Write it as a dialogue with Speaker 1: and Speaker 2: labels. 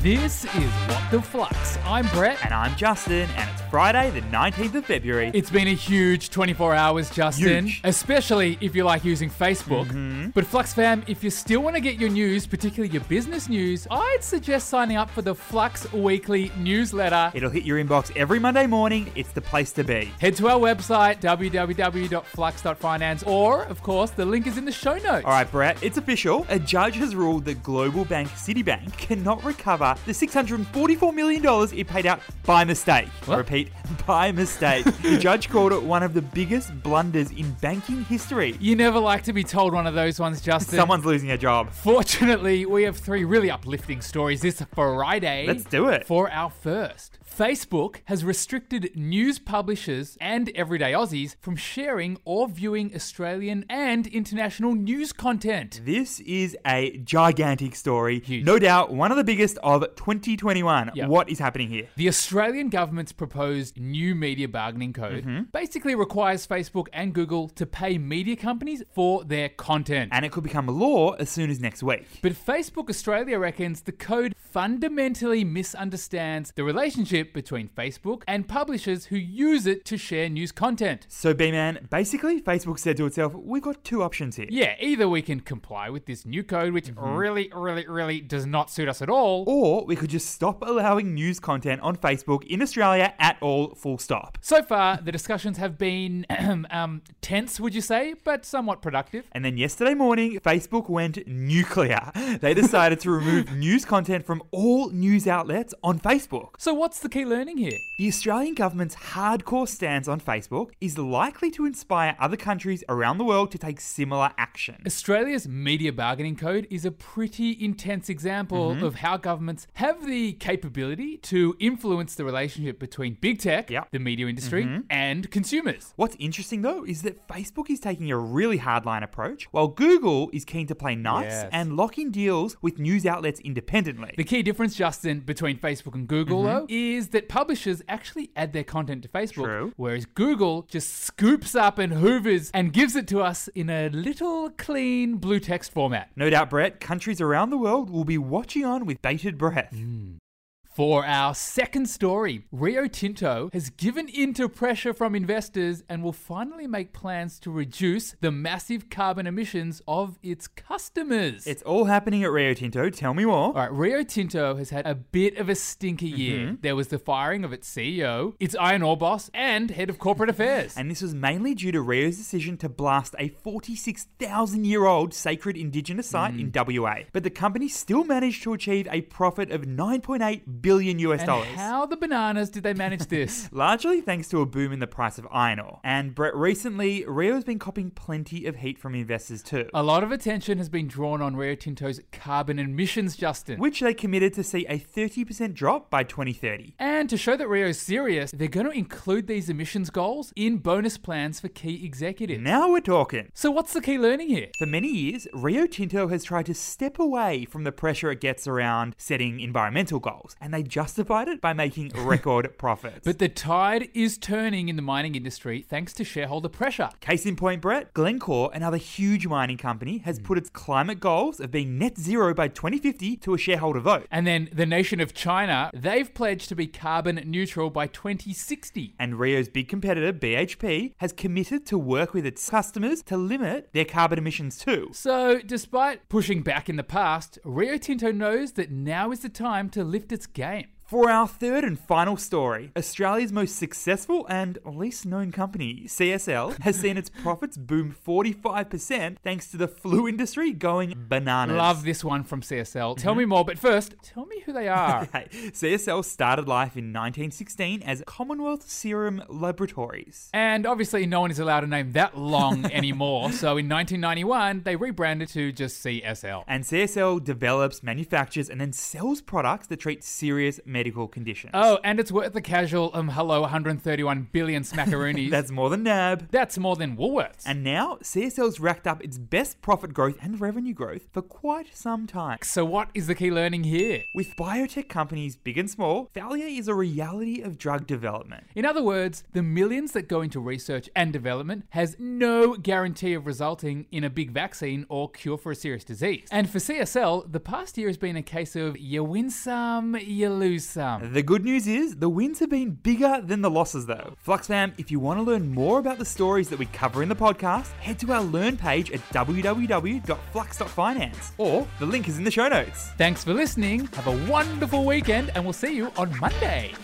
Speaker 1: This is What the Flux. I'm Brett.
Speaker 2: And I'm Justin, and it's Friday, the 19th of February.
Speaker 1: It's been a huge 24 hours, Justin.
Speaker 2: Huge. Mm-hmm.
Speaker 1: Especially if you like using Facebook. But Flux fam, if you still want to get your news, particularly your business news, I'd suggest signing up for the Flux Weekly newsletter.
Speaker 2: It'll hit your inbox every Monday morning. It's the place to be.
Speaker 1: Head to our website, www.flux.finance, or, of course, the link is in the show notes.
Speaker 2: All right, Brett, it's official. A judge has ruled that global bank Citibank cannot recover the $644 million it paid out by mistake. I
Speaker 1: What?
Speaker 2: repeat, by mistake. the judge called it one of the biggest blunders in banking history.
Speaker 1: You never like to be told one of those ones, Justin.
Speaker 2: Someone's losing a job.
Speaker 1: Fortunately, we have three really uplifting stories this Friday.
Speaker 2: Let's do it.
Speaker 1: For our first, Facebook has restricted news publishers and everyday Aussies from sharing or viewing Australian and international news content.
Speaker 2: This is a gigantic story.
Speaker 1: Huge.
Speaker 2: No doubt one of the biggest of 2021.
Speaker 1: Yeah.
Speaker 2: What is happening here?
Speaker 1: The Australian government's proposed new media bargaining code
Speaker 2: Mm-hmm.
Speaker 1: basically requires Facebook and Google to pay media companies for their content.
Speaker 2: And it could become law as soon as next week.
Speaker 1: But Facebook Australia reckons the code fundamentally misunderstands the relationship between Facebook and publishers who use it to share news content.
Speaker 2: So, B Man, basically, Facebook said to itself, we've got two options here.
Speaker 1: Yeah, either we can comply with this new code, which really, really, really does not suit us at all.
Speaker 2: Or we could just stop allowing news content on Facebook in Australia at all, full stop.
Speaker 1: So far, the discussions have been um, tense, would you say, but somewhat productive.
Speaker 2: And then yesterday morning, Facebook went nuclear. They decided to remove news content from all news outlets on Facebook.
Speaker 1: So, what's the key learning here?
Speaker 2: The Australian government's hardcore stance on Facebook is likely to inspire other countries around the world to take similar action.
Speaker 1: Australia's media bargaining code is a pretty intense example
Speaker 2: Mm-hmm.
Speaker 1: of how governments have the capability to influence the relationship between big tech,
Speaker 2: Yep. Mm-hmm.
Speaker 1: the media industry, and consumers.
Speaker 2: What's interesting though is that Facebook is taking a really hardline approach, while Google is keen to play nice
Speaker 1: Yes.
Speaker 2: and lock in deals with news outlets independently.
Speaker 1: The key difference, Justin, between Facebook and Google,
Speaker 2: Mm-hmm.
Speaker 1: though, is that publishers actually add their content to Facebook,
Speaker 2: True.
Speaker 1: whereas Google just scoops up and hoovers and gives it to us in a little clean blue text format.
Speaker 2: no doubt, Brett, countries around the world will be watching on with bated breath.
Speaker 1: Mm. For our second story, Rio Tinto has given in to pressure from investors and will finally make plans to reduce the massive carbon emissions of its customers.
Speaker 2: It's all happening at Rio Tinto, tell me more.
Speaker 1: All right, Rio Tinto has had a bit of a stinky
Speaker 2: Mm-hmm.
Speaker 1: year. There was the firing of its CEO, its iron ore boss, and head of corporate affairs.
Speaker 2: And this was mainly due to Rio's decision to blast a 46,000 year old sacred indigenous site
Speaker 1: Mm.
Speaker 2: in WA. But the company still managed to achieve a profit of 9.8 billion US
Speaker 1: And
Speaker 2: dollars.
Speaker 1: how the bananas did they manage this?
Speaker 2: Largely thanks to a boom in the price of iron ore. And Brett, recently, Rio's been copping plenty of heat from investors too,
Speaker 1: a lot of attention has been drawn on Rio Tinto's carbon emissions, Justin.
Speaker 2: which they committed to see a 30% drop by 2030.
Speaker 1: And to show that Rio's serious, they're going to include these emissions goals in bonus plans for key executives.
Speaker 2: Now we're talking.
Speaker 1: So, what's the key learning here?
Speaker 2: For many years, Rio Tinto has tried to step away from the pressure it gets around setting environmental goals, and they justified it by making record profits.
Speaker 1: But the tide is turning in the mining industry thanks to shareholder pressure.
Speaker 2: Case in point, Brett, Glencore, another huge mining company, has put its climate goals of being net zero by 2050 to a shareholder vote.
Speaker 1: And then the nation of China, they've pledged to be carbon neutral by 2060.
Speaker 2: And Rio's big competitor, BHP, has committed to work with its customers to limit their carbon emissions too.
Speaker 1: So, despite pushing back in the past, Rio Tinto knows that now is the time to lift its game.
Speaker 2: For our third and final story, Australia's most successful and least known company, CSL, has seen its profits boom 45% thanks to the flu industry going bananas.
Speaker 1: Love this one from CSL. Tell me more, but first, tell me who they are.
Speaker 2: Okay, CSL started life in 1916 as Commonwealth Serum Laboratories.
Speaker 1: And obviously, no one is allowed to name that long anymore. So in 1991, they rebranded to just CSL.
Speaker 2: And CSL develops, manufactures, and then sells products that treat serious medical conditions.
Speaker 1: Oh, and it's worth the casual, um, hello, 131 billion smackaroonies.
Speaker 2: That's more than NAB.
Speaker 1: That's more than Woolworths.
Speaker 2: And now, CSL's racked up its best profit growth and revenue growth for quite some time.
Speaker 1: so, what is the key learning here?
Speaker 2: With biotech companies big and small, failure is a reality of drug development.
Speaker 1: In other words, the millions that go into research and development has no guarantee of resulting in a big vaccine or cure for a serious disease. And for CSL, the past year has been a case of you win some, you lose some.
Speaker 2: The good news is the wins have been bigger than the losses, though. Flux fam, if you want to learn more about the stories that we cover in the podcast, head to our learn page at www.flux.finance, or the link is in the show notes.
Speaker 1: Thanks for listening. Have a wonderful weekend, and we'll see you on Monday.